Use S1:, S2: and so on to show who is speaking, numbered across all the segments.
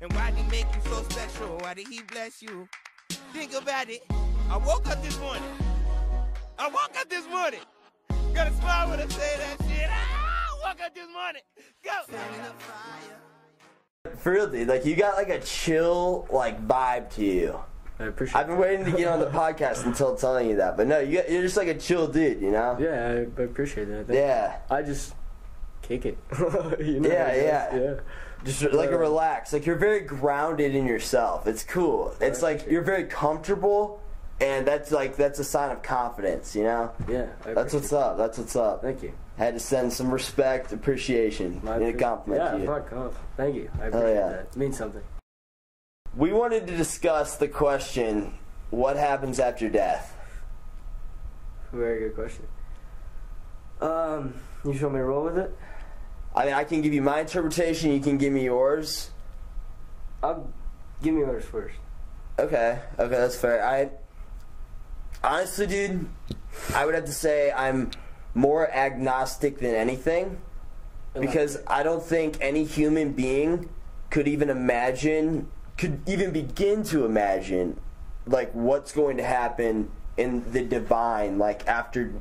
S1: And why'd he make you so special? Why did he bless you? Think about it. I woke up this morning. I woke up this morning. Gonna smile when I say that shit. Ah, I woke up this morning. Go.
S2: For real, dude. Like you got like a chill like vibe to you.
S3: I appreciate.
S2: I've been waiting to get on the podcast until telling you that, but no, you, you're just like a chill dude, you know?
S3: Yeah, I, I appreciate that. Thank-
S2: Yeah,
S3: I just kick it. You know,
S2: Yeah,
S3: I guess,
S2: yeah.
S3: yeah.
S2: just like a relax. Like you're very grounded in yourself. It's cool. It's like you're very comfortable, and that's like that's a sign of confidence, you know?
S3: Yeah, I
S2: That's what's up. That's what's up.
S3: Thank you.
S2: Had to send some respect, appreciation,
S3: My
S2: and a
S3: appre-
S2: compliment
S3: Yeah,
S2: to you.
S3: fuck off. Thank you. I appreciate
S2: yeah.
S3: that. It means something.
S2: We wanted to discuss the question: What happens after death?
S3: Very good question. Um, you just want me to roll with it?
S2: I mean, I can give you my interpretation. You can give me yours.
S3: I'll give me yours first.
S2: Okay, okay, that's fair. I honestly, dude, I would have to say I'm more agnostic than anything because I don't think any human being could even imagine, could even begin to imagine, like what's going to happen in the divine, like after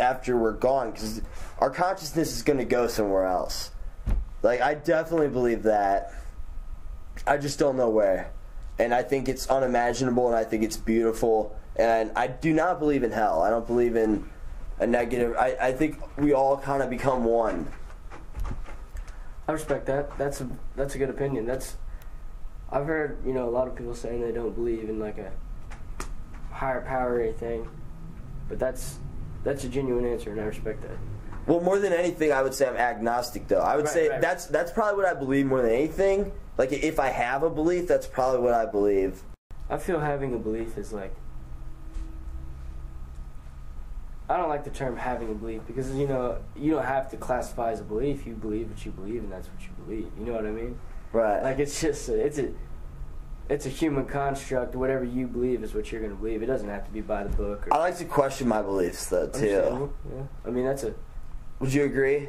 S2: after we're gone, because our consciousness is going to go somewhere else. Like I definitely believe that. I just don't know where. And I think it's unimaginable and I think it's beautiful. And I do not believe in hell. I don't believe in a negative. I, I think we all kind of become one.
S3: I respect that. That's a that's a good opinion. That's I've heard you know a lot of people saying they don't believe in like a higher power or anything, but that's that's a genuine answer, and I respect that.
S2: Well, more than anything, I would say I'm agnostic, though. I would
S3: Right,
S2: say
S3: right.
S2: that's that's probably what I believe more than anything. Like, if I have a belief, that's probably what I believe.
S3: I feel having a belief is like I don't like the term having a belief because you know you don't have to classify as a belief. You believe what you believe, and that's what you believe. You know what I mean?
S2: Right.
S3: Like it's just a, it's a it's a human construct. Whatever you believe is what you're gonna believe. It doesn't have to be by the book. Or
S2: I like to question my beliefs, though, too.
S3: Understandable, Yeah. I mean that's a
S2: Would you agree?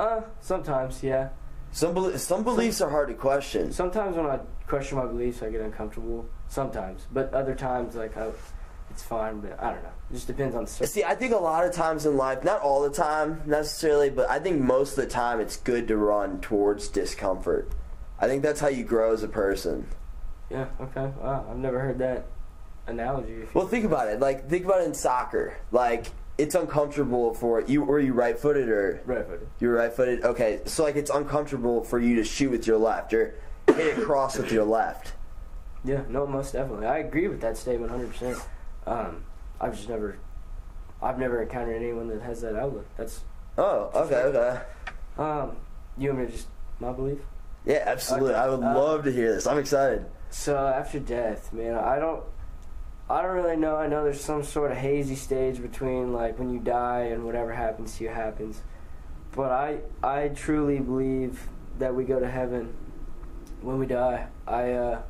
S3: uh sometimes yeah.
S2: Some, bel some beliefs are hard to question.
S3: Sometimes when I question my beliefs, I get uncomfortable. Sometimes, but other times like I, it's fine. But I don't know. It just depends on the circumstance.
S2: See, I think a lot of times in life, not all the time necessarily, but I think most of the time it's good to run towards discomfort. I think that's how you grow as a person.
S3: Yeah. Okay. Wow. I've never heard that analogy.
S2: Well, think about it. Like, think about it in soccer. Like, it's uncomfortable for you. Were you right footed or
S3: Right footed.
S2: you're right footed? Okay, so like it's uncomfortable for you to shoot with your left or hit a cross with your left.
S3: Yeah. No. Most definitely. I agree with that statement. Hundred percent. Um, I've just never, I've never encountered anyone that has that outlook. That's
S2: Oh, okay, okay.
S3: um. You want me to just my belief?
S2: Yeah, absolutely. I would
S3: Uh,
S2: love to hear this. I'm excited.
S3: So after death, man, I don't, I don't really know. I know there's some sort of hazy stage between like when you die and whatever happens to you happens, but I, I truly believe that we go to heaven when we die. I uh,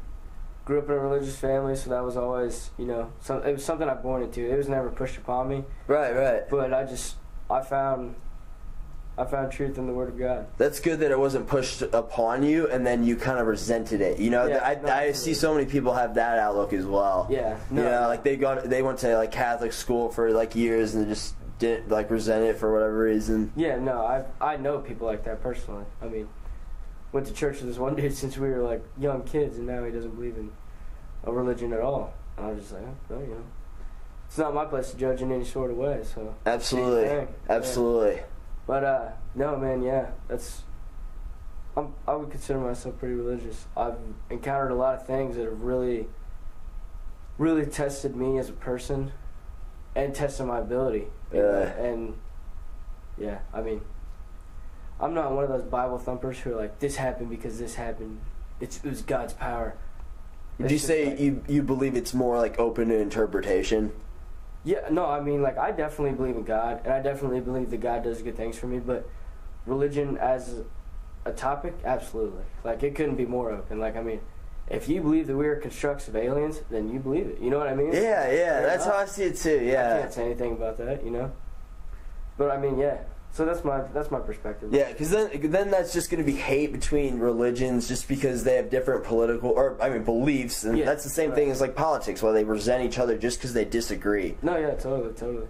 S3: grew up in a religious family, so that was always, you know, some, it was something I born into. It was never pushed upon me,
S2: Right, right.
S3: but I just, I found, I found truth in the Word of God.
S2: that's good that it wasn't pushed upon you and then you kind of resented it. You know,
S3: Yeah,
S2: I,
S3: no,
S2: I
S3: absolutely.
S2: see so many people have that outlook as well.
S3: Yeah,
S2: You know, like they got they went to like Catholic school for like years and just didn't like resent it for whatever reason.
S3: Yeah, no, I I know people like that personally. I mean, went to church with this one dude since we were like young kids, and now he doesn't believe in a religion at all. And I was just like, oh, well, you know, it's not my place to judge in any sort of way. So,
S2: Absolutely,
S3: Yeah.
S2: absolutely.
S3: but uh, no, man, yeah, that's. I'm, I would consider myself pretty religious. I've encountered a lot of things that have really, really tested me as a person, and tested my ability. you know,
S2: Yeah.
S3: And yeah, I mean, I'm not one of those Bible thumpers who are like, "This happened because this happened. It's, it was God's power."
S2: Do
S3: It's
S2: you
S3: just
S2: say
S3: like-
S2: you you believe it's more like open to interpretation?
S3: Yeah, no, I mean, like, I definitely believe in God, and I definitely believe that God does good things for me, but religion as a topic, absolutely. Like, it couldn't be more open. Like, I mean, if you believe that we are constructs of aliens, then you believe it. You know what I mean?
S2: Yeah, yeah. That's how I see it too.
S3: I
S2: Yeah,
S3: can't say anything about that, you know? But, I mean, yeah, So that's my that's my perspective.
S2: Yeah, because then then that's just going to be hate between religions just because they have different political or I mean beliefs, and
S3: Yeah,
S2: that's the same
S3: right.
S2: thing as like politics, where they resent each other just because they disagree.
S3: No, yeah, totally, totally.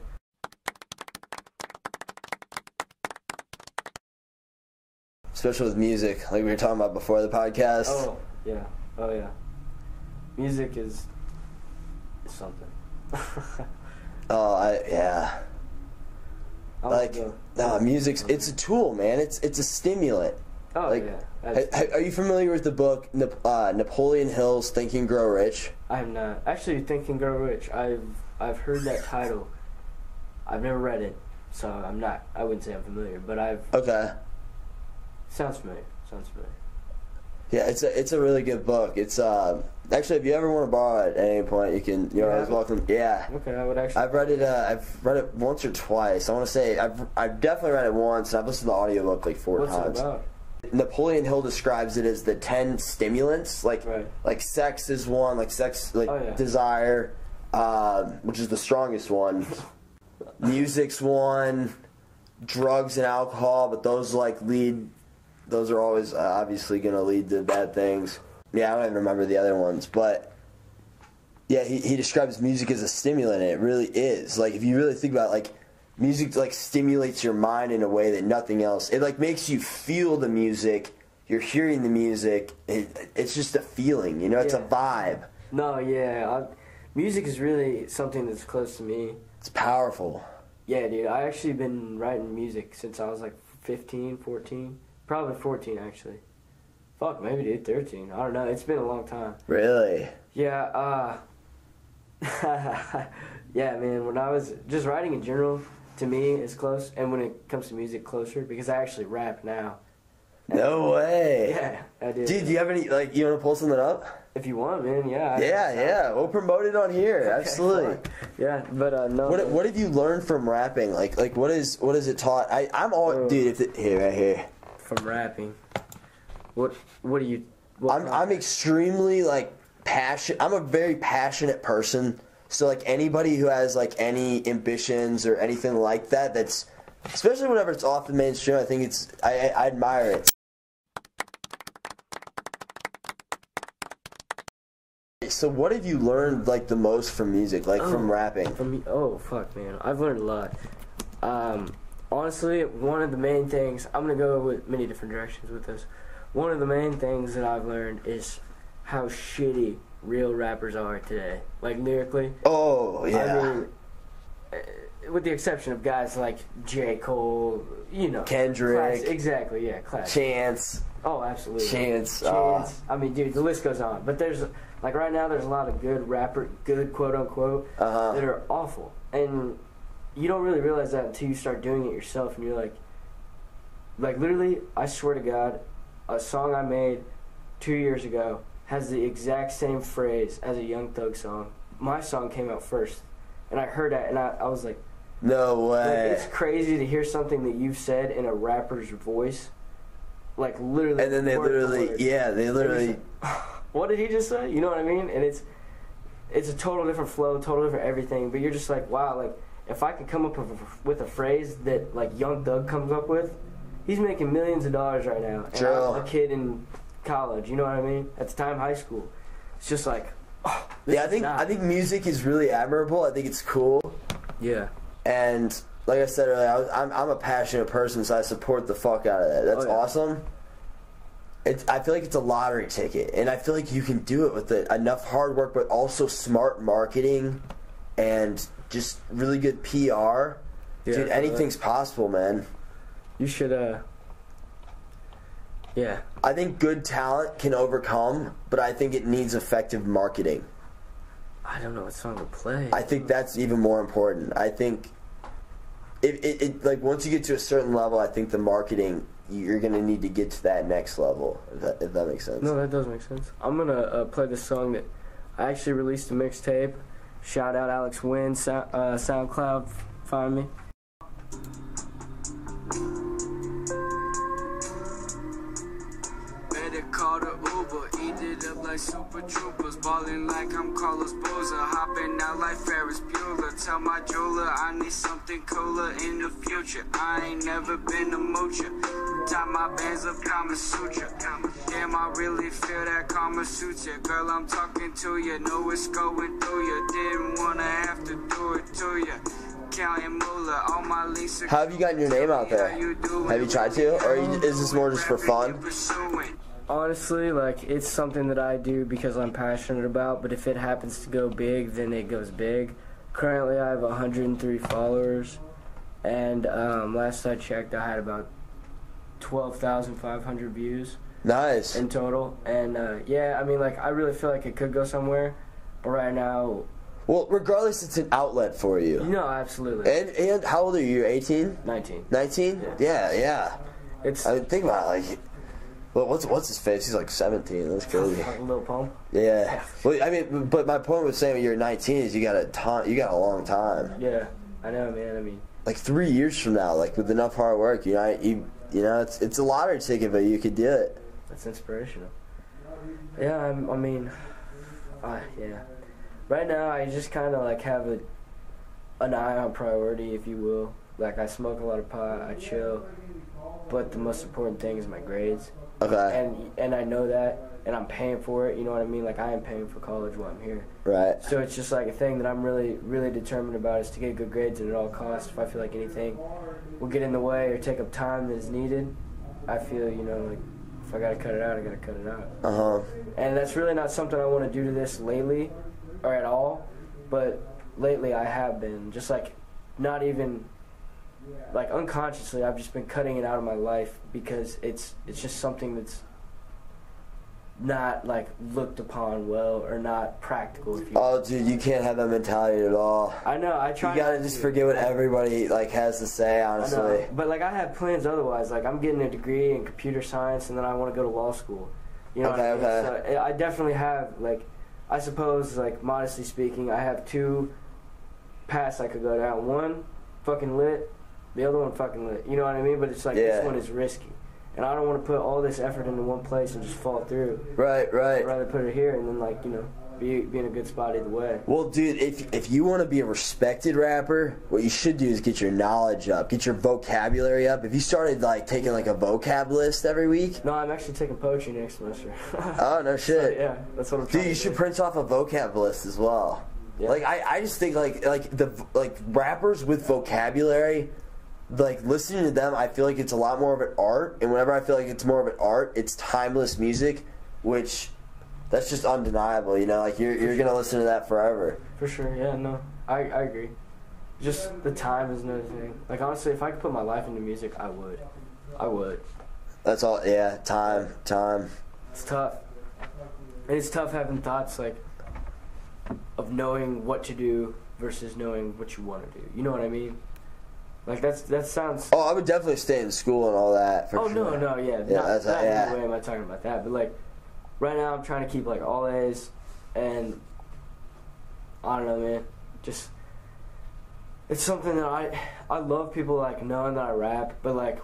S2: Especially with music, like we were talking about before the podcast.
S3: Oh yeah, oh yeah. Music is, is something.
S2: Oh, I, yeah.
S3: I
S2: Like,
S3: go-
S2: nah, music's it's a tool, man. It's it's a stimulant.
S3: Oh
S2: like,
S3: yeah,
S2: Ha-
S3: that's-
S2: ha- Are you familiar with the book Nap- uh, Napoleon Hill's Think and Grow Rich?
S3: I'm not actually thinking Girl Rich. I've I've heard that title. I've never read it, so I'm not. I wouldn't say I'm familiar, but I've
S2: Okay.
S3: sounds familiar. Sounds familiar.
S2: Yeah, it's a it's a really good book. It's um actually if you ever want to borrow it at any point, you can. You're
S3: You
S2: always
S3: have it?
S2: welcome. Yeah.
S3: Okay, I would actually.
S2: I've read it. Uh, I've read it once or twice. I want to say I've I've definitely read it once. and I've listened to the audiobook like four
S3: what's it
S2: times.
S3: about?
S2: Napoleon Hill describes it as the ten stimulants. Like
S3: Right.
S2: like sex is one. Like sex like
S3: Oh, yeah.
S2: desire, um, which is the strongest one. Music's one. Drugs and alcohol, but those like lead. Those are always uh, obviously going to lead to bad things. Yeah, I don't even remember the other ones, but yeah, he, he describes music as a stimulant, and it really is. Like if you really think about it, like music like stimulates your mind in a way that nothing else. It like makes you feel the music. You're hearing the music. It, it's just a feeling, you know. It's
S3: Yeah.
S2: a vibe.
S3: No, yeah, I, music is really something that's close to me.
S2: It's powerful.
S3: Yeah, dude, I actually been writing music since I was like 15, 14. Probably 14, actually. Fuck, maybe, dude, 13. I don't know. It's been a long time.
S2: Really.
S3: Yeah, uh. yeah, man, when I was just writing in general, to me, is close. And when it comes to music, closer, because I actually rap now.
S2: No way.
S3: Yeah, I do.
S2: Dude, do you have any like you want to pull something up?
S3: If you want, man, yeah. I-
S2: yeah, yeah. We'll promote it on here.
S3: Okay,
S2: Absolutely.
S3: fuck. Yeah, but, uh, no.
S2: What what have you learned from rapping? Like like what is what is it taught? I I'm all
S3: Oh.
S2: dude. If the, here right here.
S3: From rapping. What, what do you. What
S2: I'm I'm extremely like passion. I'm a very passionate person. So like anybody who has like any ambitions or anything like that, that's especially whenever it's off the mainstream. I think it's I I, I admire it. So what have you learned like the most from music, like from
S3: Oh.
S2: rapping?
S3: From oh fuck man, I've learned a lot. Um, honestly, one of the main things I'm gonna go with many different directions with this. One of the main things that I've learned is how shitty real rappers are today. Like lyrically,
S2: Oh yeah,
S3: I mean, uh, with the exception of guys like J. Cole, you know,
S2: Kendrick.
S3: class- exactly, yeah, class.
S2: Chance,
S3: oh, absolutely,
S2: Chance. uh,
S3: Chance. I mean, dude, the list goes on. But there's like right now, there's a lot of good rapper, good quote unquote,
S2: Uh-huh.
S3: that are awful, and you don't really realize that until you start doing it yourself, and you're like, like literally, I swear to God, a song I made two years ago has the exact same phrase as a Young Thug song. My song came out first, and I heard that, and I, I was like.
S2: no
S3: Like,
S2: way.
S3: it's crazy to hear something that you've said in a rapper's voice, like literally.
S2: and then they
S3: word for
S2: literally,
S3: word.
S2: yeah, they literally.
S3: What did he just say? You know what I mean? And it's, it's a total different flow, total different everything. But you're just like, wow, like if I could come up with a, with a phrase that like Young Thug comes up with, he's making millions of dollars right now. And I
S2: True.
S3: was a kid in college. You know what I mean? At the time, high school. It's just like. Oh, this
S2: Yeah, I
S3: is
S2: think
S3: not-
S2: I think music is really admirable. I think it's cool,
S3: Yeah.
S2: and like I said earlier, I was, I'm I'm a passionate person, so I support the fuck out of that. That's
S3: Oh, yeah.
S2: awesome. It's I feel like it's a lottery ticket, and I feel like you can do it with it, enough hard work, but also smart marketing, and just really good PR. Dude,
S3: totally.
S2: anything's possible, man.
S3: You should. uh... Yeah.
S2: I think good talent can overcome, but I think it needs effective marketing.
S3: I don't know what song to play.
S2: I think that's even more important. I think it, it, it like once you get to a certain level, I think the marketing you're gonna need to get to that next level. If that, if that makes sense.
S3: No, that does make sense. I'm gonna uh, play this song that I actually released a mixtape. Shout out Alex Wynn, Sou- uh, SoundCloud, f- find me.
S4: Better call the Uber, either it up like super troopers. Ballin' like I'm Carlos Boozer. Hopping out like Ferris Bueller. Tell my jeweler I need something cooler in the future. I ain't never been a moocher. Tie my bands up Kama Sutra. Damn, I really feel that Kama Sutra. Girl, I'm talking to you. Know it's going through you. Didn't wanna have to do it to you. Counting moolah, all my leases.
S2: How have you gotten your name out there? Have you tried to, or you, is this more just for fun?
S4: Pursuing.
S3: Honestly, like it's something that I do because I'm passionate about. But if it happens to go big, then it goes big. Currently, I have 103 followers, and um, last I checked, I had about 12,500 views.
S2: Nice.
S3: in total. And uh, yeah, I mean, like I really feel like it could go somewhere, but right now,
S2: Well, regardless, it's an outlet for you.
S3: no, absolutely,
S2: And and how old are you? 18?
S3: 19.
S2: 19? Yeah, yeah.
S3: It's
S2: I mean, think about it, like, well, what's what's his face? He's like 17. That's crazy.
S3: like Lil Pump.
S2: Yeah. Well, I mean, but my point was saying when you're 19 is you got a ton, you got a long time.
S3: Yeah, I know, man. I mean,
S2: Like three years from now, like with enough hard work, you know, you you know, it's it's a lottery ticket, but you could do it.
S3: that's inspirational. Yeah, I'm, I mean, uh, yeah. Right now, I just kind of like have a, an eye on priority, if you will. Like I smoke a lot of pot, I chill, but the most important thing is my grades.
S2: Okay.
S3: and and I know that, and I'm paying for it. You know what I mean? Like I am paying for college while I'm here.
S2: Right.
S3: So it's just like a thing that I'm really, really determined about is to get good grades and at all costs. If I feel like anything will get in the way or take up time that is needed, I feel you know like if I gotta cut it out, I gotta cut it out.
S2: Uh huh.
S3: And that's really not something I want to do to this lately, or at all. But lately I have been just like not even like unconsciously I've just been cutting it out of my life because it's it's just something that's not like looked upon well or not practical if you
S2: Oh, dude, you can't have that mentality at all.
S3: I know. I try.
S2: You gotta
S3: not
S2: just
S3: to.
S2: forget what everybody like has to say.
S3: I know.
S2: Honestly.
S3: But like, I have plans otherwise. Like, I'm getting a degree in computer science, and then I want to go to law school. You know. what I
S2: Okay,
S3: mean?
S2: okay.
S3: So eh, I- I definitely have like, I suppose like modestly speaking, I have two paths I could go down. One, fucking lit. The other one, fucking lit. You know what I mean? But it's like this
S2: Yeah.
S3: one is risky, and I don't want to put all this effort into one place and just fall through.
S2: Right. Right.
S3: I'd rather put it here and then like you know be be in a good spot either way.
S2: Well, dude, if if you want to be a respected rapper, what you should do is get your knowledge up, get your vocabulary up. If you started like taking like a vocab list every week,
S3: No, I'm actually taking poetry next semester.
S2: oh no shit,
S3: yeah, that's what I'm. trying
S2: dude, you
S3: to
S2: should
S3: do.
S2: print off a vocab list as well.
S3: Yeah.
S2: Like I, I just think like like the like rappers with vocabulary, like listening to them, I feel like it's a lot more of an art. And whenever I feel like it's more of an art, it's timeless music, which that's just undeniable. You know, like you're you're gonna listen to that forever.
S3: For sure, yeah, no, I, I agree. Just the time is another thing. Like honestly, if I could put my life into music, I would. I would.
S2: That's all. Yeah, time, time.
S3: It's tough, and it's tough having thoughts like of knowing what to do versus knowing what you want to do. You know what I mean? Like that's that sounds.
S2: Oh, I would definitely stay in school and all that. For
S3: Oh
S2: sure.
S3: no, no, yeah,
S2: Yeah,
S3: not,
S2: that's-
S3: not in
S2: yeah.
S3: any way am I talking about that. But like right now, I'm trying to keep like all A's, and I don't know, man. Just it's something that I I love people like knowing that I rap, but like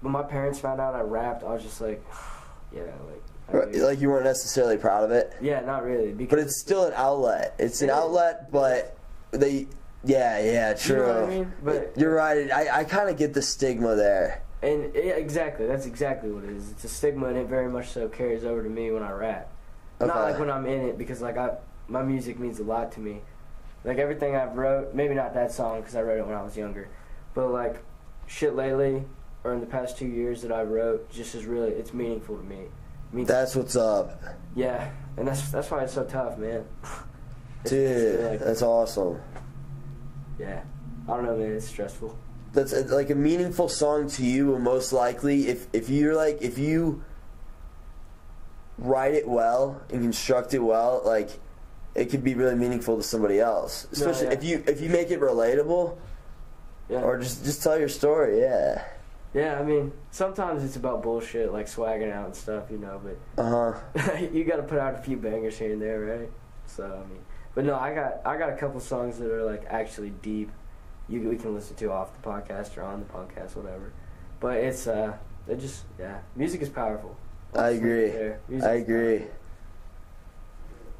S3: when my parents found out I rapped, I was just like, yeah, like, I
S2: Right,
S3: really-
S2: Like you weren't necessarily proud of it,
S3: yeah, not really, because
S2: but it's still an outlet. It's an
S3: It is.
S2: outlet, but they. Yeah, yeah,
S3: you
S2: true.
S3: know what I mean. But
S2: You're right. I, I kind of get the stigma there.
S3: And yeah, exactly, that's exactly what it is. It's a stigma, and it very much so carries over to me when I rap. Not
S2: Okay.
S3: like when I'm in it, because like I, my music means a lot to me. Like everything I've wrote, maybe not that song because I wrote it when I was younger, but like shit lately or in the past two years that I wrote, just is really it's meaningful to me. It means
S2: That's what's up,
S3: yeah, and that's that's why it's so tough, man. It's- it's
S2: dude.
S3: like-
S2: That's awesome.
S3: yeah, I don't know, man. It's stressful.
S2: That's uh, like a meaningful song to you. Will most likely, if if you're like if you write it well and construct it well, like it could be really meaningful to somebody else. Especially
S3: yeah.
S2: if you if you make it relatable.
S3: Yeah.
S2: Or just just tell your story, yeah.
S3: yeah, I mean, sometimes it's about bullshit like swagging out and stuff, you know, but
S2: Uh huh.
S3: you got to put out a few bangers here and there, right? So I mean, but no, I got I got a couple songs that are like actually deep. You we can listen to off the podcast or on the podcast, whatever. But it's uh, it just yeah, music is powerful.
S2: I agree.
S3: Yeah, music
S2: I
S3: is
S2: agree.
S3: powerful.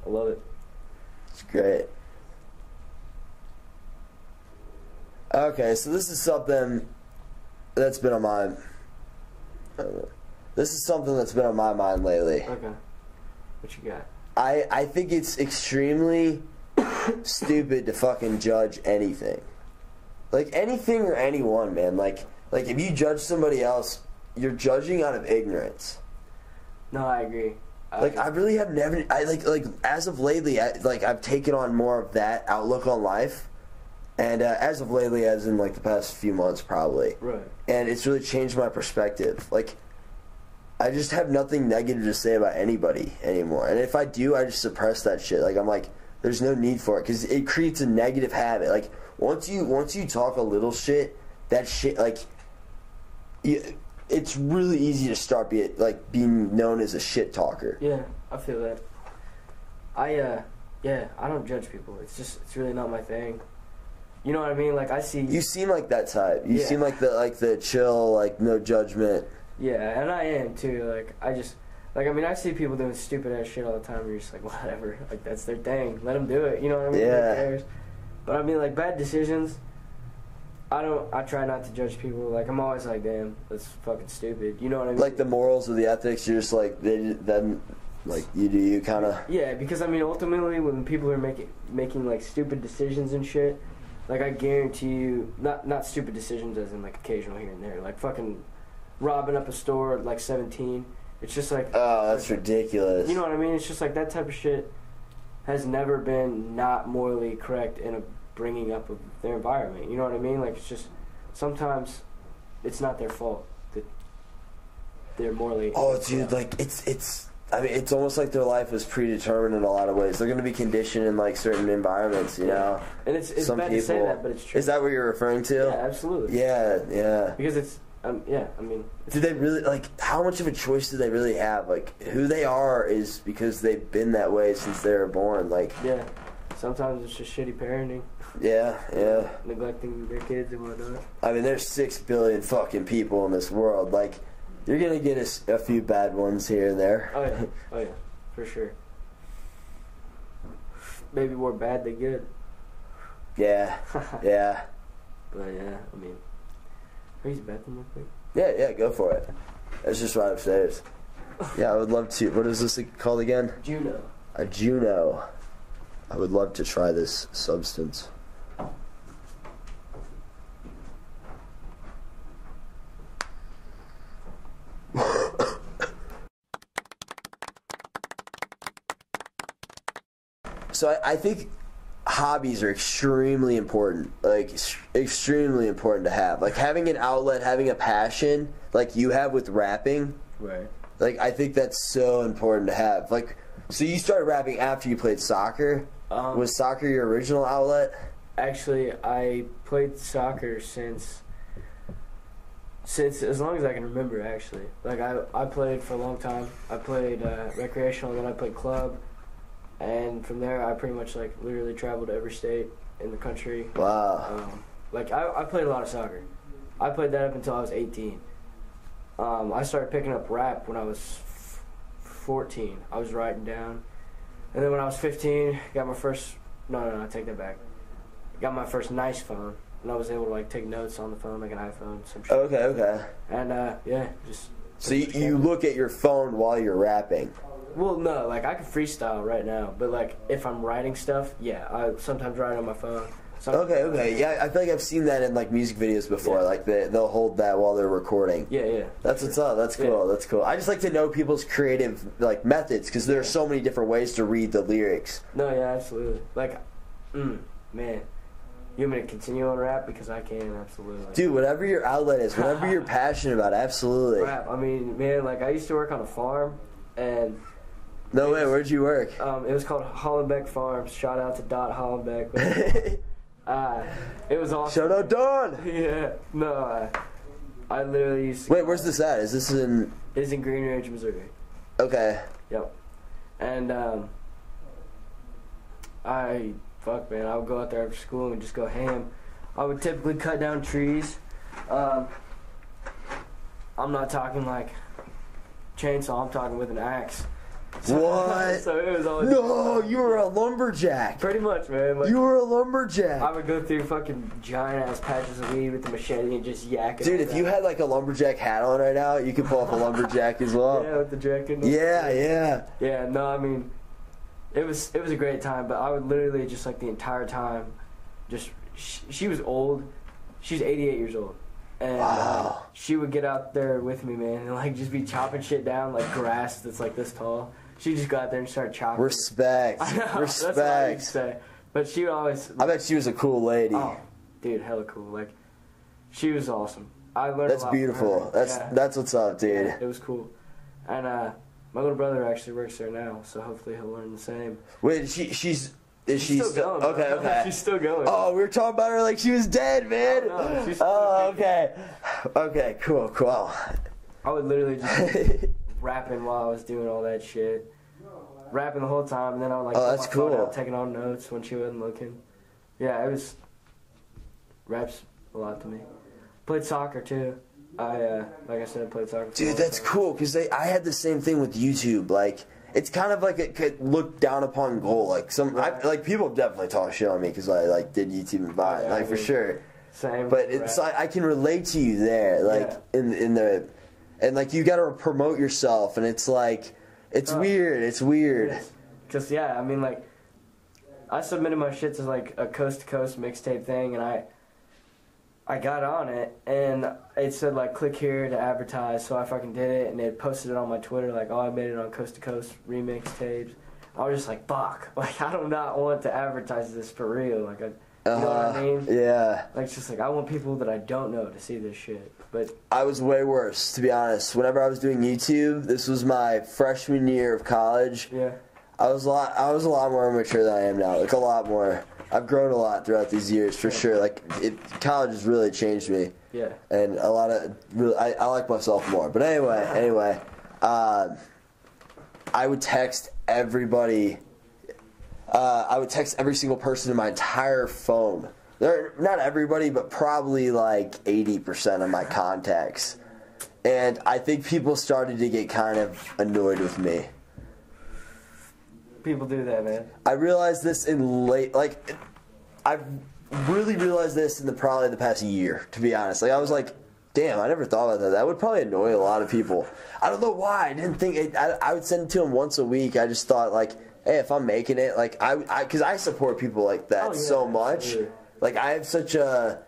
S3: I love it.
S2: It's great. Okay, so this is something that's been on my. This is something that's been on my mind lately.
S3: Okay. What you got?
S2: I I think it's extremely stupid to fucking judge anything, like anything or anyone, man. Like like if you judge somebody else, you're judging out of ignorance.
S3: No, I agree. I
S2: Like
S3: agree.
S2: I really have never. I like like as of lately, I, like I've taken on more of that outlook on life, and uh, as of lately, as in like the past few months, probably
S3: right.
S2: and it's really changed my perspective. Like, I just have nothing negative to say about anybody anymore. And if I do, I just suppress that shit. Like, I'm like, there's no need for it because it creates a negative habit. Like, once you once you talk a little shit, that shit like, you, it's really easy to start be like being known as a shit talker.
S3: Yeah, I feel that. I uh, yeah, I don't judge people. It's just it's really not my thing. You know what I mean? Like I see.
S2: You seem like that type. You
S3: Yeah.
S2: seem like the like the chill, like no judgment.
S3: Yeah, and I am too. Like I just like I mean I see people doing stupid ass shit all the time. You're just like whatever. Like that's their thing. Let them do it. You know what I mean? Who
S2: Yeah.
S3: cares? But I mean like bad decisions. I don't. I try not to judge people. Like I'm always like, damn, that's fucking stupid. You know what I mean?
S2: Like the morals or the ethics, you're just like they them, like you do you kind of.
S3: Yeah, because I mean, ultimately, when people are making making like stupid decisions and shit, like I guarantee you, not not stupid decisions as in like occasional here and there, like fucking robbing up a store at like 17. It's just like
S2: Oh, that's ridiculous.
S3: you know what I mean. It's just like that type of shit has never been not morally correct in a bringing up of their environment. You know what I mean? Like it's just sometimes it's not their fault that they're morally.
S2: oh, dude, like it's it's. I mean, it's almost like their life is predetermined in a lot of ways. They're going to be conditioned in like certain environments, you know.
S3: and it's it's
S2: Some
S3: bad
S2: people.
S3: to say that, but it's true.
S2: Is that what you're referring to?
S3: yeah, absolutely.
S2: Yeah, yeah.
S3: Because it's, um, yeah, I mean,
S2: Do they really like? How much of a choice do they really have? Like, who they are is because they've been that way since they were born. Like,
S3: yeah. Sometimes it's just shitty parenting,
S2: yeah, yeah.
S3: neglecting their kids and whatnot.
S2: I mean, there's six billion fucking people in this world. Like, you're gonna get a s a a few bad ones here and there.
S3: Oh yeah, oh yeah, for sure. Maybe more bad than good.
S2: Yeah,
S3: but
S2: yeah,
S3: yeah, I mean, are you to the bathroom real quick?
S2: yeah, yeah. Go for it. It's just right upstairs. Yeah, I would love to. What is this called again?
S3: Juno.
S2: A Juno. I would love to try this substance. so I, I think hobbies are extremely important like ex- extremely important to have like having an outlet having a passion like you have with rapping
S3: Right.
S2: like I think that's so important to have. Like, so you started rapping after you played soccer.
S3: Um,
S2: Was soccer your original outlet?
S3: actually, I played soccer since since as long as I can remember. Actually, like I I played for a long time. I played uh, recreational, then I played club, and from there I pretty much like literally traveled to every state in the country.
S2: Wow.
S3: Um, like I, I played a lot of soccer. I played that up until I was 18. Um, I started picking up rap when I was f- 14. I was writing down, and then when I was 15, got my first. No, no, no. I take that back. Got my first nice phone, and I was able to like take notes on the phone, like an iPhone, some shit.
S2: Okay, okay.
S3: And uh, yeah, just
S2: Oh. So you, you look at your phone while you're rapping.
S3: well, no, like I can freestyle right now, but like if I'm writing stuff, yeah, I sometimes write on my phone. Sometimes,
S2: Okay, okay. Yeah, I feel like I've seen that in like music videos before.
S3: Yeah.
S2: Like they they'll hold that while they're recording.
S3: Yeah, yeah.
S2: That's what's up. That's cool. That's cool. I just like to know people's creative like methods because there are so many different ways to read the lyrics.
S3: No, yeah, absolutely. Like, mm, man, you want me to continue on rap because I can absolutely.
S2: Dude, whatever your outlet is, whatever you're passionate about, absolutely.
S3: rap. I mean, man, like I used to work on a farm, and
S2: No way. Where'd you work?
S3: um, it was called Hollenbeck Farms. Shout out to Dot Hollenbeck. uh, it was awesome.
S2: Shout out Don.
S3: Yeah, no, I, I literally used. To
S2: Wait, where's this at? Is this in?
S3: It's in Green Ridge, Missouri.
S2: Okay.
S3: Yep. And um, I fuck man, I would go out there after school and just go ham. I would typically cut down trees. Um, I'm not talking like chainsaw. I'm talking with an axe.
S2: What?
S3: so it was always
S2: No, you were a lumberjack.
S3: pretty much, man. Like,
S2: You were a lumberjack.
S3: I would go through fucking giant ass patches of weed with the machete and just yak it.
S2: Dude,
S3: all
S2: if you
S3: down.
S2: had like a lumberjack hat on right now, you could pull off a lumberjack as
S3: yeah,
S2: well.
S3: with the jacket.
S2: Yeah, yeah.
S3: Yeah, no, I mean, it was it was a great time, but I would literally just like the entire time, just she, she was old, she's 88 years old, and uh,
S2: Wow.
S3: she would get out there with me, man, and like just be chopping shit down like grass that's like this tall. She just go out there and start chopping.
S2: Respect.
S3: I know, that's what I used to
S2: Respect.
S3: say. But she would always,
S2: I bet she was a cool lady.
S3: oh, dude, hella cool. Like, she was awesome. I learned.
S2: That's
S3: a lot from her.
S2: beautiful. That's
S3: Yeah.
S2: that's what's up, dude.
S3: It was cool. And uh, my little brother actually works there now, so hopefully he'll learn the same.
S2: Wait, she she's is she
S3: still going. bro.
S2: okay? Okay.
S3: She's still going.
S2: Oh, we were talking about her like she was dead, man.
S3: Oh, no, she's-
S2: oh, okay. Okay, cool, cool.
S3: I would literally just be rapping while I was doing all that shit. Rapping the whole time, and then I would like
S2: Oh,
S3: put
S2: that's
S3: my phone
S2: cool.
S3: out, taking all notes when she wasn't looking. Yeah, it was raps a lot to me. Played soccer too. I uh, like I said, played soccer. for a long
S2: Dude, that's
S3: time.
S2: cool because they. I had the same thing with YouTube. Like, it's kind of like it could look down upon goal. Like some,
S3: Right.
S2: I, like people definitely talk shit on me because I like did YouTube and Vine,
S3: Yeah, I
S2: like for
S3: mean,
S2: sure.
S3: Same.
S2: But it's
S3: rap.
S2: like I can relate to you there, like in in the, and like you got to promote yourself, and it's like, it's
S3: Oh.
S2: weird. It's weird.
S3: Cause yeah, I mean like, I submitted my shit to like a coast to coast mixtape thing, and I, I got on it, and it said like click here to advertise, so I fucking did it, and it posted it on my Twitter like, oh I made it on coast to coast remix tapes. I was just like, fuck, like I do not want to advertise this for real, like I, you know what I
S2: Uh-huh.
S3: mean?
S2: Yeah.
S3: Like it's just like I want people that I don't know to see this shit, but
S2: I was way worse, to be honest. Whenever I was doing YouTube, this was my freshman year of college.
S3: yeah,
S2: I was a lot. I was a lot more immature than I am now. Like a lot more. I've grown a lot throughout these years, for sure. Like it, college has really changed me,
S3: yeah,
S2: and a lot of. Really, I, I like myself more. But anyway, anyway, uh, I would text everybody. Uh, I would text every single person in my entire phone. They're, not everybody, but probably like eighty percent of my contacts, and I think people started to get kind of annoyed with me.
S3: people do that, man.
S2: I realized this in late, like, I've really realized this in the probably the past year, to be honest. Like, I was like, damn, I never thought about that. That would probably annoy a lot of people. I don't know why. I didn't think it, I, I would send it to them once a week. I just thought, like, hey, if I'm making it, like, I, I, because I support people like that
S3: Oh, yeah,
S2: so much.
S3: absolutely.
S2: Like, I have such a,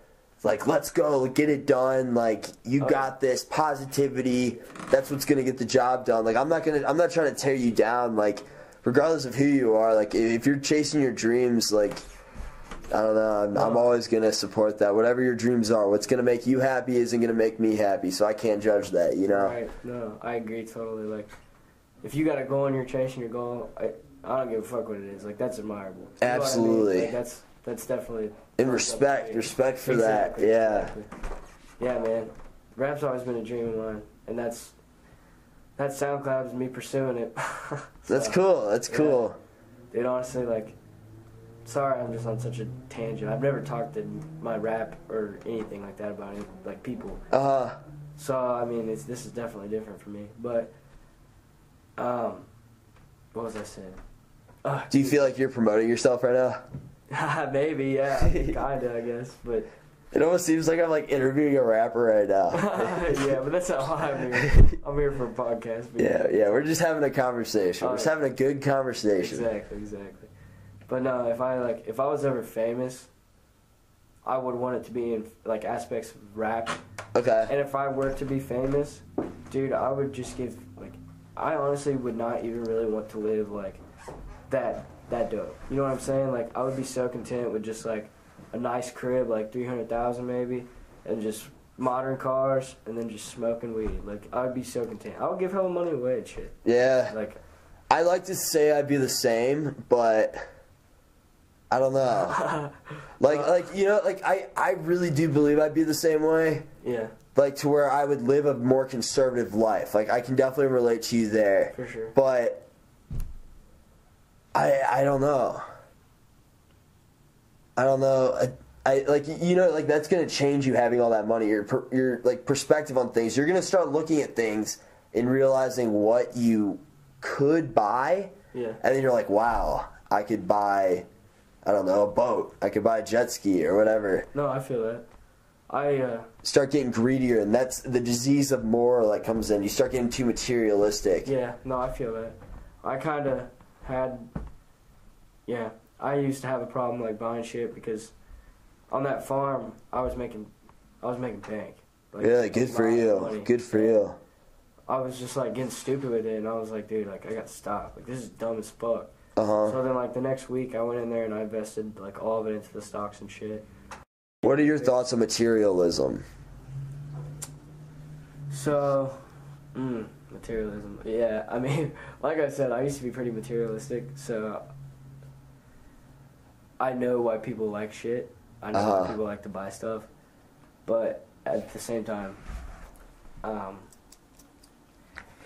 S2: like, let's go, get it done. Like,
S3: Oh,
S2: you got this positivity. That's what's gonna get the job done. Like, I'm not gonna, I'm not trying to tear you down. Like, regardless of who you are, like, if you're chasing your dreams, like, I don't know. I'm,
S3: Uh-huh.
S2: I'm always gonna support that. Whatever your dreams are, what's gonna make you happy isn't gonna make me happy. So I can't judge that. You know.
S3: Right. No, I agree totally. Like, if you got a goal and you're chasing your goal, I, I don't give a fuck what it is. Like, that's admirable. You know what I mean?
S2: Absolutely.
S3: Like, that's that's definitely.
S2: And respect, respect for that.
S3: Exactly,
S2: Yeah.
S3: exactly. Yeah, man. Rap's always been a dream of mine, and that's that SoundCloud's me pursuing it.
S2: That's
S3: So,
S2: cool. That's
S3: Yeah.
S2: cool.
S3: Dude, honestly, like, sorry, I'm just on such a tangent. I've never talked to my rap or anything like that about it, like people.
S2: Uh huh.
S3: So I mean, it's this is definitely different for me. But um, what was I saying? Uh,
S2: Do you feel like you're promoting yourself right now?
S3: maybe yeah, kinda I guess, but
S2: It almost seems like I'm like interviewing a rapper right now.
S3: yeah, but that's not why I'm here. I'm here for a podcast. But
S2: yeah, yeah. We're just having a conversation. We're just having a good conversation.
S3: exactly, exactly. But no, if I like, if I was ever famous, I would want it to be in like aspects of rap
S2: Okay.
S3: And if I were to be famous, dude, I would just give like I honestly would not even really want to live like that that dope. You know what I'm saying? Like I would be so content with just like a nice crib, like three hundred thousand maybe, and just modern cars and then just smoking weed. Like I'd be so content. I would give hell money away and shit.
S2: Yeah.
S3: Like
S2: I like to say I'd be the same, but I don't know. like, like you know, like I, I really do believe I'd be the same way.
S3: yeah,
S2: Like to where I would live a more conservative life. Like I can definitely relate to you there.
S3: for sure.
S2: But I, I don't know. I don't know. I, I like you know like that's gonna change you having all that money. Your per, your like perspective on things. You're gonna start looking at things and realizing what you could buy,
S3: Yeah.
S2: and then you're like, wow, I could buy, I don't know, a boat. I could buy a jet ski or whatever.
S3: No, I feel that. I uh,
S2: Start getting greedier, and that's the disease of more like comes in. You start getting too materialistic.
S3: yeah. No, I feel that. I kind of had. Yeah, I used to have a problem like buying shit because on that farm I was making, I was making bank. Like,
S2: Really, good for
S3: a lot of
S2: you.
S3: money.
S2: Good for you.
S3: I was just like getting stupid with it, and I was like, dude, like I got stopped. Like this is dumb as fuck.
S2: Uh huh.
S3: So then, like the next week, I went in there and I invested like all of it into the stocks and shit.
S2: What are your thoughts on materialism?
S3: So, mm, materialism. Yeah, I mean, like I said, I used to be pretty materialistic, so I know why people like shit. I know why
S2: Uh-huh.
S3: people like to buy stuff, but at the same time, um,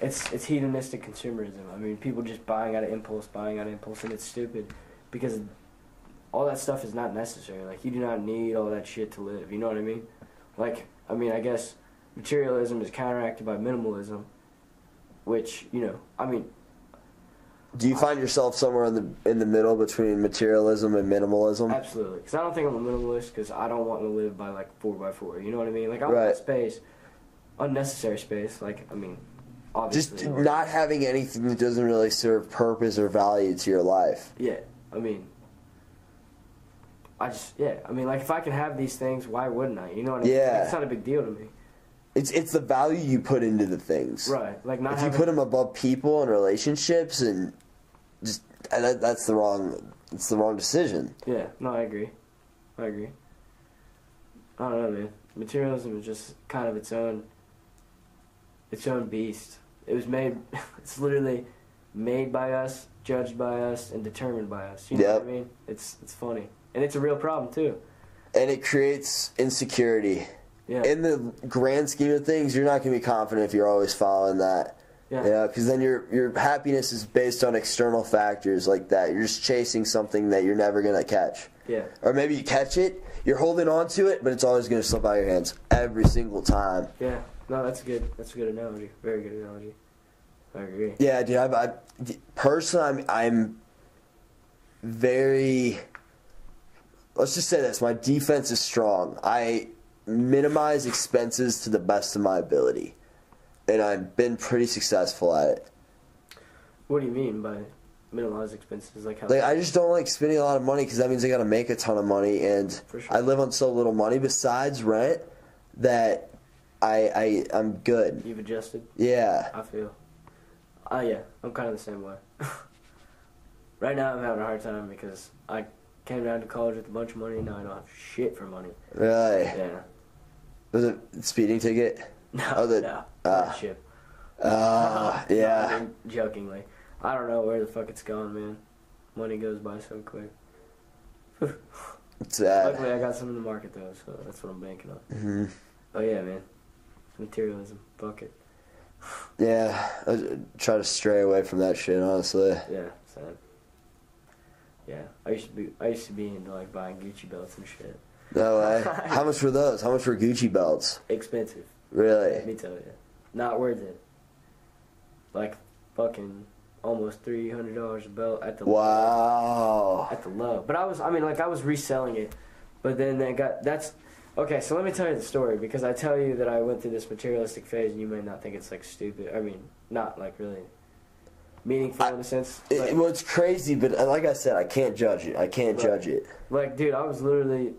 S3: it's it's hedonistic consumerism. I mean, people just buying out of impulse, buying out of impulse, and it's stupid because all that stuff is not necessary. Like, you do not need all that shit to live. You know what I mean? Like, I mean, I guess materialism is counteracted by minimalism, which you know, I mean,
S2: Do you find yourself somewhere in the in the middle between materialism and minimalism?
S3: absolutely. Because I don't think I'm a minimalist because I don't want to live by like four by four. You know what I mean? Like I
S2: Right.
S3: want space, unnecessary space. Like I mean, obviously,
S2: Just not having anything that doesn't really serve purpose or value to your life.
S3: Yeah, I mean. I just yeah, I mean like if I can have these things, why wouldn't I? You know what I mean?
S2: Yeah.
S3: Like, it's not a big deal to me.
S2: It's it's the value you put into the things.
S3: Right. Like not
S2: If you
S3: having
S2: put them above people and relationships and just and that, that's the wrong it's the wrong decision.
S3: Yeah, no, I agree. I agree. I don't know, man. Materialism is just kind of its own, its own beast. It was made. It's literally made by us, judged by us, and determined by us. You know
S2: Yep.
S3: what I mean? It's it's funny, and it's a real problem too.
S2: And it creates insecurity.
S3: Yeah.
S2: In the grand scheme of things, you're not going to be confident if you're always following that.
S3: yeah.
S2: You know, because then your your happiness is based on external factors like that. You're just chasing something that you're never gonna catch,
S3: Yeah.
S2: or maybe you catch it, you're holding on to it, but it's always gonna slip out of your hands every single time.
S3: Yeah. No, that's a good. That's a good analogy. Very good analogy. I agree.
S2: Yeah, dude. I, I personally, I'm, I'm very. Let's just say this: my defense is strong. I minimize expenses to the best of my ability, and I've been pretty successful at it.
S3: What do you mean by minimize expenses? Like how?
S2: Like I just don't like spending a lot of money because that means I gotta make a ton of money, and
S3: For sure.
S2: I live on so little money besides rent that I I I'm good.
S3: you've adjusted.
S2: Yeah.
S3: I feel. Ah, yeah, I'm kind of the same way. right now, I'm having a hard time because I came down to college with a bunch of money, and now I don't have shit for money.
S2: Really.
S3: Yeah.
S2: Was it speeding ticket?
S3: No,
S2: Oh, the-
S3: no.
S2: ah.
S3: shit.
S2: Ah,
S3: No,
S2: yeah.
S3: I mean, jokingly. I don't know where the fuck it's going, man. Money goes by so quick.
S2: It's sad.
S3: Luckily, I got some in the market, though, so that's what I'm banking on.
S2: Mhm.
S3: Oh, yeah, man. Materialism. Fuck it.
S2: Yeah, I was- try to stray away from that shit. Honestly,
S3: Yeah, same. Yeah, I used to be I used to be into like buying Gucci belts and shit.
S2: no way. How much were those? How much were Gucci belts?
S3: Expensive. Let
S2: Really?
S3: me tell you, not worth it. Like fucking almost three hundred dollars a belt at the
S2: Wow.
S3: at the low. But I was, I mean, like I was reselling it, but then that got that's okay. So let me tell you the story because I tell you that I went through this materialistic phase, and you may not think it's like stupid. I mean, not like really meaningful in a sense. but-
S2: It, well, it's crazy, but uh, like I said, I can't judge it. I can't
S3: Right.
S2: judge it.
S3: Like, dude, I was literally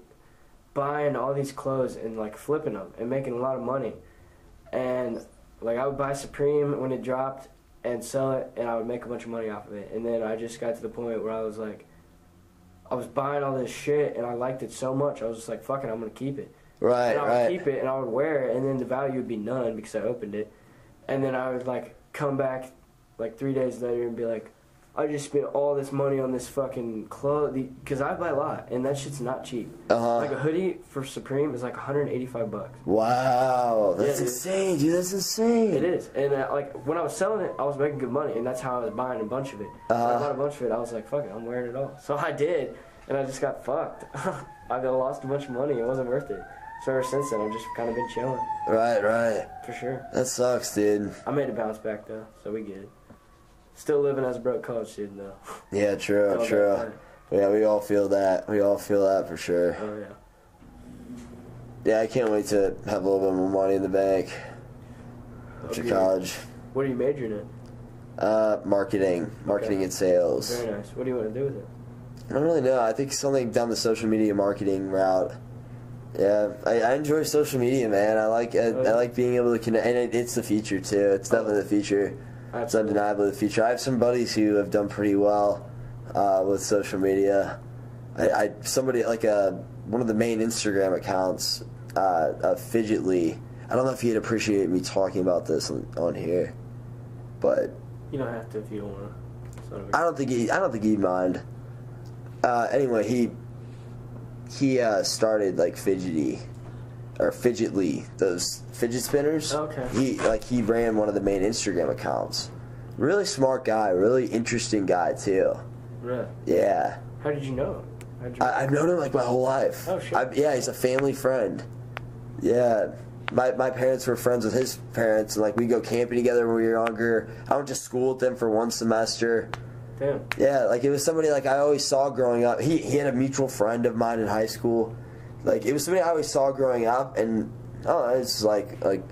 S3: buying all these clothes and like flipping them and making a lot of money. And like, I would buy Supreme when it dropped and sell it, and I would make a bunch of money off of it. And then I just got to the point where I was like, I was buying all this shit, and I liked it so much, I was just like, "Fuck it, I'm gonna keep it."
S2: Right,
S3: and I would
S2: right.
S3: keep it, and I would wear it, and then the value would be none because I opened it. And then I would like come back like three days later and be like, I just spent all this money on this fucking clothes because I buy a lot, and that shit's not cheap.
S2: Uh huh.
S3: Like a hoodie for Supreme is like 185 bucks.
S2: Wow, that's
S3: dude.
S2: insane, dude. That's insane.
S3: It is, and uh, like when I was selling it, I was making good money, and that's how I was buying a bunch of it. So I
S2: Uh-huh.
S3: bought a bunch of it. I was like, "Fuck it, I'm wearing it all." So I did, and I just got fucked. I got lost a bunch of money. It wasn't worth it. So ever since then, I've just kind of been chilling
S2: Right, right.
S3: for sure.
S2: That sucks, dude.
S3: I made a bounce back though, so we good. Still living as a broke college student though.
S2: Yeah, true,
S3: Felt
S2: true.
S3: that way.
S2: Yeah, we all feel that. We all feel that for sure.
S3: Oh yeah.
S2: Yeah, I can't wait to have a little bit more money in the bank after
S3: Okay.
S2: college.
S3: What are you majoring in?
S2: Uh, marketing, marketing and sales.
S3: Very nice. What do you want to do with it?
S2: I don't really know. I think something down the social media marketing route. Yeah, I, I enjoy social media, man. I like I, I like being able to connect, and it, it's the future too. It's definitely the future. It's
S3: Absolutely.
S2: undeniably the future. I have some buddies who have done pretty well uh, with social media. I, I somebody like a one of the main Instagram accounts, uh, uh, Fidgetly. I don't know if he'd appreciate me talking about this on, on here, but
S3: You don't have to if you don't want to. It's not a big-
S2: I don't think he. I don't think he'd mind. Uh, anyway, he he uh, started like fidgety or fidgetly those fidget spinners.
S3: Okay.
S2: He like he ran one of the main Instagram accounts. Really smart guy. Really interesting guy too.
S3: Really?
S2: Yeah,
S3: How did you know? How did you?
S2: I, I've known him like my whole life.
S3: Oh, shit.
S2: I've- yeah, he's a family friend. Yeah. My, my parents were friends with his parents, and like we go camping together when we were younger. I went to school with them for one semester.
S3: Damn.
S2: Yeah, like it was somebody like I always saw growing up. He he had a mutual friend of mine in high school. Like it was somebody I always saw growing up, and oh, it's like like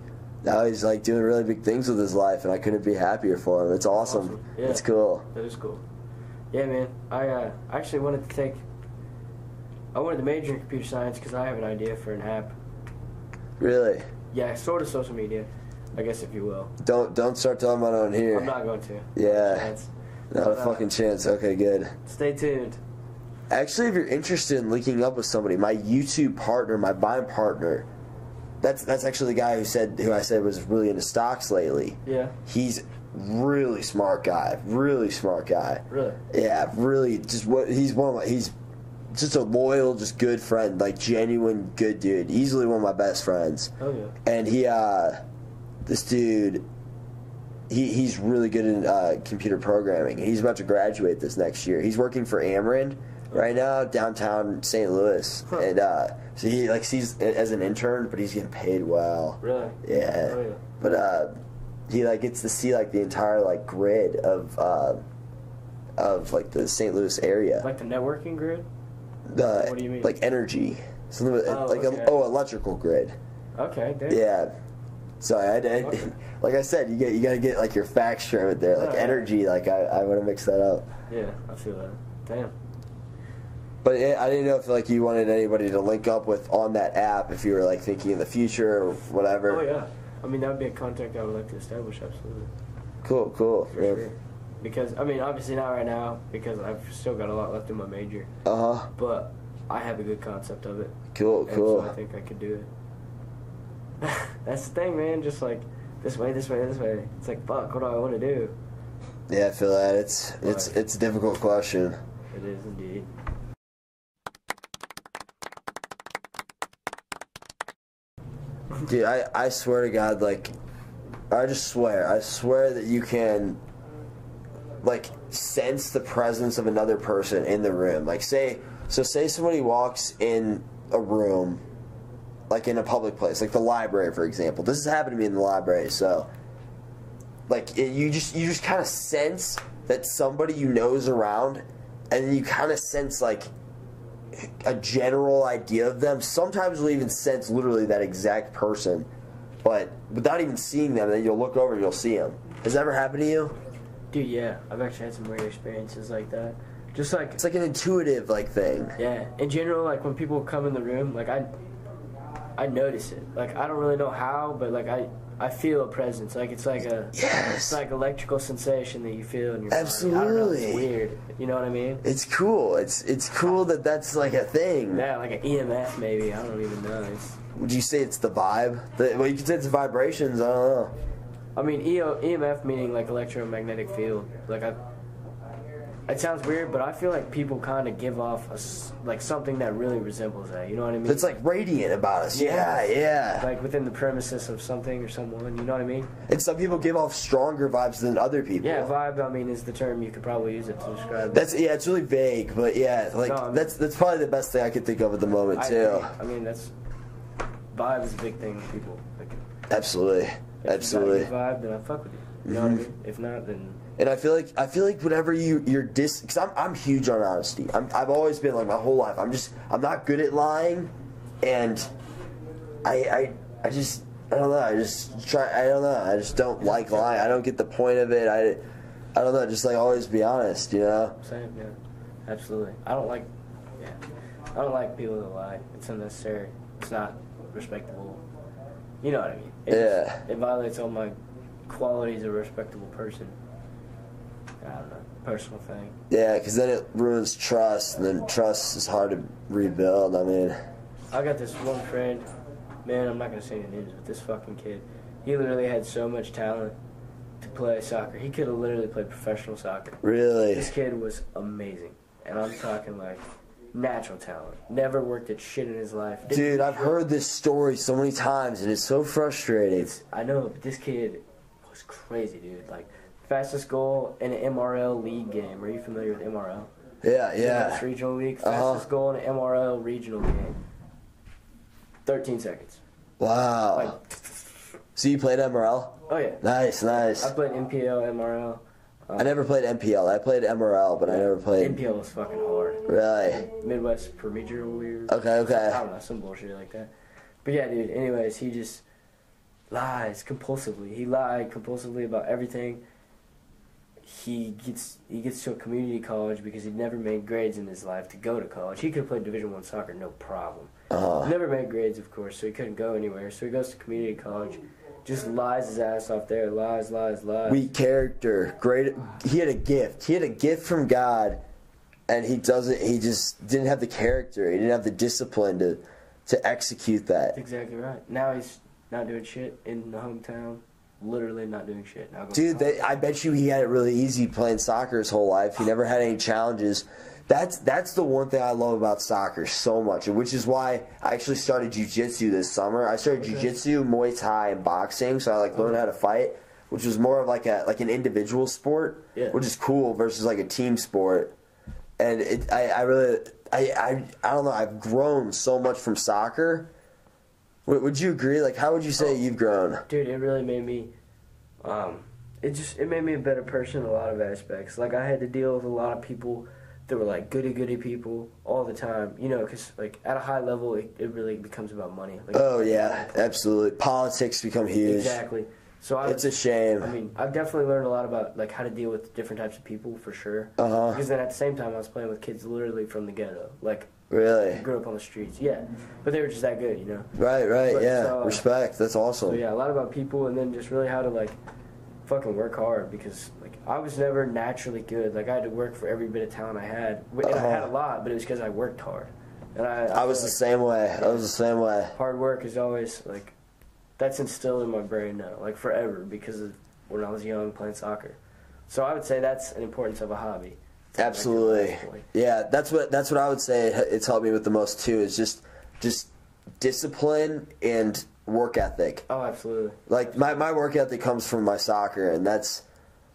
S2: now he's like doing really big things with his life, and I couldn't be happier for him. It's awesome.
S3: Awesome, yeah.
S2: It's cool.
S3: That is cool. Yeah, man. I uh, actually wanted to take. I wanted to major in computer science because I have an idea for an app.
S2: Really.
S3: Yeah, sort of social media, I guess if you will.
S2: Don't don't start talking about it on here.
S3: I'm not going to.
S2: yeah.
S3: That's-
S2: Not a
S3: but, uh,
S2: fucking chance. Okay, good.
S3: Stay tuned.
S2: Actually, if you're interested in linking up with somebody, my YouTube partner, my Vine partner, that's that's actually the guy who said who I said was really into stocks lately.
S3: Yeah.
S2: He's really smart guy, really smart guy.
S3: Really.
S2: Yeah, really. Just what he's one of my, he's just a loyal, just good friend, like genuine good dude. Easily one of my best friends.
S3: Oh yeah.
S2: And he, uh, this dude, he he's really good in uh, computer programming. He's about to graduate this next year. He's working for Ameren right now downtown St. Louis,
S3: Huh.
S2: and uh, so he like sees it as an intern, but he's getting paid well.
S3: Really.
S2: Yeah.
S3: Oh yeah.
S2: But uh, he like gets to see like the entire like grid of uh, of like the St. Louis area.
S3: Like the networking grid.
S2: the,
S3: what do you mean?
S2: Like energy, something with,
S3: Oh,
S2: like
S3: okay.
S2: a, oh electrical grid.
S3: Okay. Damn.
S2: Yeah. So I, I
S3: Okay.
S2: like I said, you get you gotta get like your facts straight with there, like
S3: Alright.
S2: energy. Like I, I want to mix that up.
S3: Yeah. I feel that. Damn.
S2: But it, I didn't know if like you wanted anybody to link up with on that app if you were like thinking in the future or whatever.
S3: Oh yeah. I mean that would be a contact I would like to establish. Absolutely.
S2: Cool, cool.
S3: For sure. Because I mean, obviously not right now because I've still got a lot left in my major,
S2: Uh huh.
S3: but I have a good concept of it,
S2: Cool,
S3: and
S2: cool.
S3: so I think I could do it. That's the thing, man. Just like this way, this way, this way. It's like fuck. What do I want to do?
S2: Yeah, I feel that it's it's
S3: Right.
S2: it's a difficult question.
S3: It is indeed.
S2: Dude, I, I swear to God, like, I just swear, I swear that you can, like, sense the presence of another person in the room. Like, say, so say somebody walks in a room, like in a public place, like the library, for example. This has happened to me in the library, so, like, it, you just you just kind of sense that somebody you know is around, and you kind of sense like a general idea of them. Sometimes you'll even sense literally that exact person, but without even seeing them, then you'll look over and you'll see them. Has that ever happened to you?
S3: Dude, yeah. I've actually had some weird experiences like that. Just like
S2: It's like an intuitive like thing.
S3: Yeah, in general, like when people come in the room, like I, I notice it. Like I don't really know how, but like I, I feel a presence. Like it's like a, it's
S2: Yes,
S3: like electrical sensation that you feel in your body. I don't know,
S2: Absolutely.
S3: it's weird. You know what I mean?
S2: it's cool. It's it's cool that that's like a thing.
S3: Yeah, like an EMF maybe. I don't even know. It's,
S2: Would you say it's the vibe? The, well, you could say it's vibrations. I don't know.
S3: I mean, E EO, EMF meaning like electromagnetic field. Like I. It sounds weird, but I feel like people kind of give off a s like something that really resembles that. You know what I mean?
S2: It's like radiant about us. Yeah,
S3: Yeah.
S2: yeah.
S3: like within the premises of something or someone. You know what I mean?
S2: And some people give off stronger vibes than other people.
S3: Yeah, vibe. I mean, is the term you could probably use it to describe.
S2: That's yeah, it's really vague, but yeah, like
S3: No, I mean-
S2: that's that's probably the best thing I could think of at the moment
S3: I,
S2: too.
S3: agree. I mean, that's vibe is a big thing with people. Like, if
S2: Absolutely.
S3: you got a
S2: Absolutely. Mm-hmm.
S3: good vibe, then I fuck with you. You know what I mean? If not, then
S2: And I feel like I feel like whatever you you're dis because I'm I'm huge on honesty. I'm I've always been like my whole life. I'm just I'm not good at lying, and I I I just I don't know. I just try. I don't know. I just don't like lying. I don't get the point of it. I I don't know. Just like always be honest. You know.
S3: Same, yeah. Absolutely. I don't like, yeah. I don't like people that lie. It's unnecessary. It's not respectable. You know what I mean? It just-
S2: Yeah.
S3: it violates all my qualities of a respectable person. I don't know. Personal thing.
S2: Yeah, because then it ruins trust, and then trust is hard to rebuild. I mean,
S3: I got this one friend, man, I'm not gonna say any names, but this fucking kid, he literally had so much talent to play soccer. He could have literally played professional soccer.
S2: really.
S3: This kid was amazing. And I'm talking like natural talent. Never worked at shit in his life. Didn't
S2: Dude, I've heard this story so many times, and it's so frustrating.
S3: It's, I know, but this kid was crazy, dude. Like, fastest goal in an MRL league game. Are you familiar with MRL?
S2: Yeah,
S3: It's
S2: yeah.
S3: regional league.
S2: Uh-huh.
S3: Fastest goal in an MRL regional game. 13 seconds. Like,
S2: Wow. So you played MRL?
S3: oh yeah.
S2: Nice, nice.
S3: I played NPL, MRL.
S2: I never played MPL. I played MRL, but I never played.
S3: NPL was fucking hard.
S2: Really?
S3: Midwest Premier League.
S2: Okay,
S3: I
S2: okay.
S3: don't know, some bullshit like that. But yeah, dude, anyways, he just lies compulsively. He lied compulsively about everything. He gets he gets to a community college because he never made grades in his life to go to college. He could have played Division One soccer, no problem.
S2: Uh-huh.
S3: Never made grades, of course, so he couldn't go anywhere. So he goes to community college, just lies his ass off there, lies, lies, lies.
S2: Weak character. Great. He had a gift. He had a gift from God, and he doesn't. He just didn't have the character. He didn't have the discipline to to execute that.
S3: That's exactly right. Now he's not doing shit in the hometown. Literally not doing shit. Now going to
S2: Dude,
S3: college.
S2: they, I bet you he had it really easy playing soccer his whole life. He never had any challenges. That's that's the one thing I love about soccer so much, which is why I actually started jujitsu this summer. I started jujitsu, Muay Thai, and boxing, so I like learned how to fight, which was more of like a like an individual sport,
S3: Yeah.
S2: which is cool versus like a team sport. And it, I, I really, I, I, I don't know. I've grown so much from soccer. Would, would you agree? Like, how would you say you've grown?
S3: dude it really made me um it just it made me a better person in a lot of aspects like i had to deal with a lot of people that were like goody goody people all the time you know because like at a high level it, it really becomes about money like,
S2: Oh yeah, absolutely. Politics become huge.
S3: exactly so i
S2: It's a shame.
S3: I mean, I've definitely learned a lot about like how to deal with different types of people for sure.
S2: Uh-huh.
S3: Because then at the same time, I was playing with kids literally from the ghetto, like
S2: really?
S3: grew up on the streets. Yeah, but they were just that good, you know.
S2: Right, right,
S3: But,
S2: yeah.
S3: uh,
S2: Respect. That's awesome.
S3: So yeah, a lot about people, and then just really how to like fucking work hard because like I was never naturally good. Like I had to work for every bit of talent I had, and I had a lot, but it was because I worked hard. And I,
S2: I was the same way. I was the same way.
S3: Hard work is always like that's instilled in my brain now, like forever, because of when I was young playing soccer. So I would say that's an importance of a hobby.
S2: Absolutely. Yeah, that's what that's what I would say. It, it's helped me with the most too. Is just just discipline and work ethic.
S3: Oh, absolutely.
S2: Like my my work ethic comes from my soccer, and that's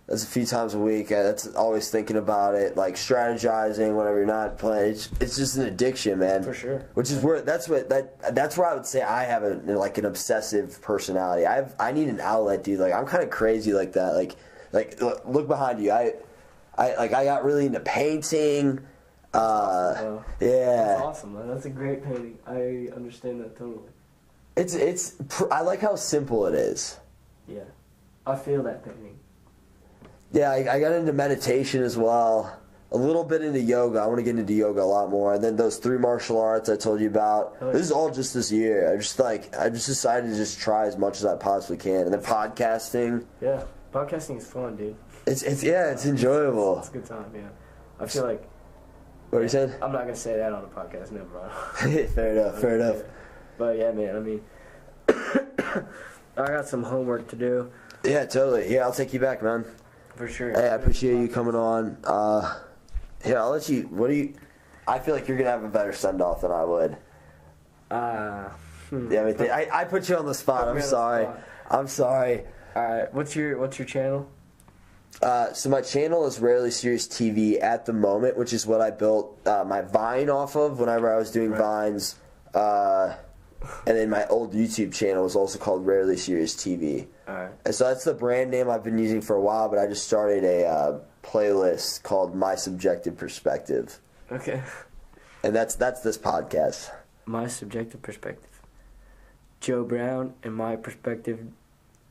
S2: that's a few times a week. Uh, That's always thinking about it, like strategizing whenever you're not playing. It's, it's just an addiction, man.
S3: For sure.
S2: Which is where that's what that that's where I would say I have a like an obsessive personality. I've I need an outlet, dude. Like I'm kind of crazy like that. Like like look, look behind you. I I like I got really into painting. Uh,
S3: Wow. That's
S2: yeah,
S3: awesome. Man. That's a great painting. I understand that totally.
S2: it's it's. Pr- I like how simple it is.
S3: Yeah, I feel that painting.
S2: Yeah, I, I got into meditation as well. A little bit into yoga. I want to get into yoga a lot more. And then those three martial arts I told you about.
S3: Oh, yeah.
S2: This is all just this year. I just like I just decided to just try as much as I possibly can. And then podcasting.
S3: Yeah, podcasting is fun, dude.
S2: It's it's yeah, it's enjoyable.
S3: It's a good time, yeah. I feel like
S2: What you said?
S3: I'm not gonna say that on a podcast. Never mind.
S2: fair enough. Fair enough.
S3: But yeah, man. I mean, I got some homework to do
S2: Yeah, totally. Yeah, I'll take you back, man.
S3: for sure.
S2: Hey, I appreciate you coming on. Uh, yeah, I'll let you. What do you? I feel like you're gonna have a better send off than I would.
S3: Uh, hmm.
S2: Yeah, I, mean, I I put you on the
S3: Put
S2: spot.
S3: me on
S2: I'm
S3: the
S2: sorry.
S3: spot.
S2: I'm sorry.
S3: All right. What's your What's your channel?
S2: Uh, so my channel is Rarely Serious TV at the moment, which is what I built uh, my Vine off of whenever I was doing Vines. Uh, and then my old YouTube channel was also called Rarely Serious TV.
S3: All right.
S2: And so that's the brand name I've been using for a while, but I just started a uh, playlist called My Subjective Perspective,
S3: Okay.
S2: and that's that's this podcast.
S3: My subjective perspective. Joe Brown and my perspective.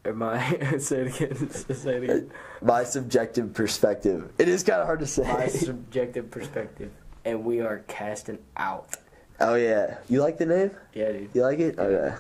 S3: Or my say it again. Say it again.
S2: My Subjective Perspective. It is kind of hard to
S3: My
S2: say.
S3: subjective perspective, and we are casting out.
S2: oh yeah, you like the name?
S3: Yeah, dude.
S2: You like it? Okay.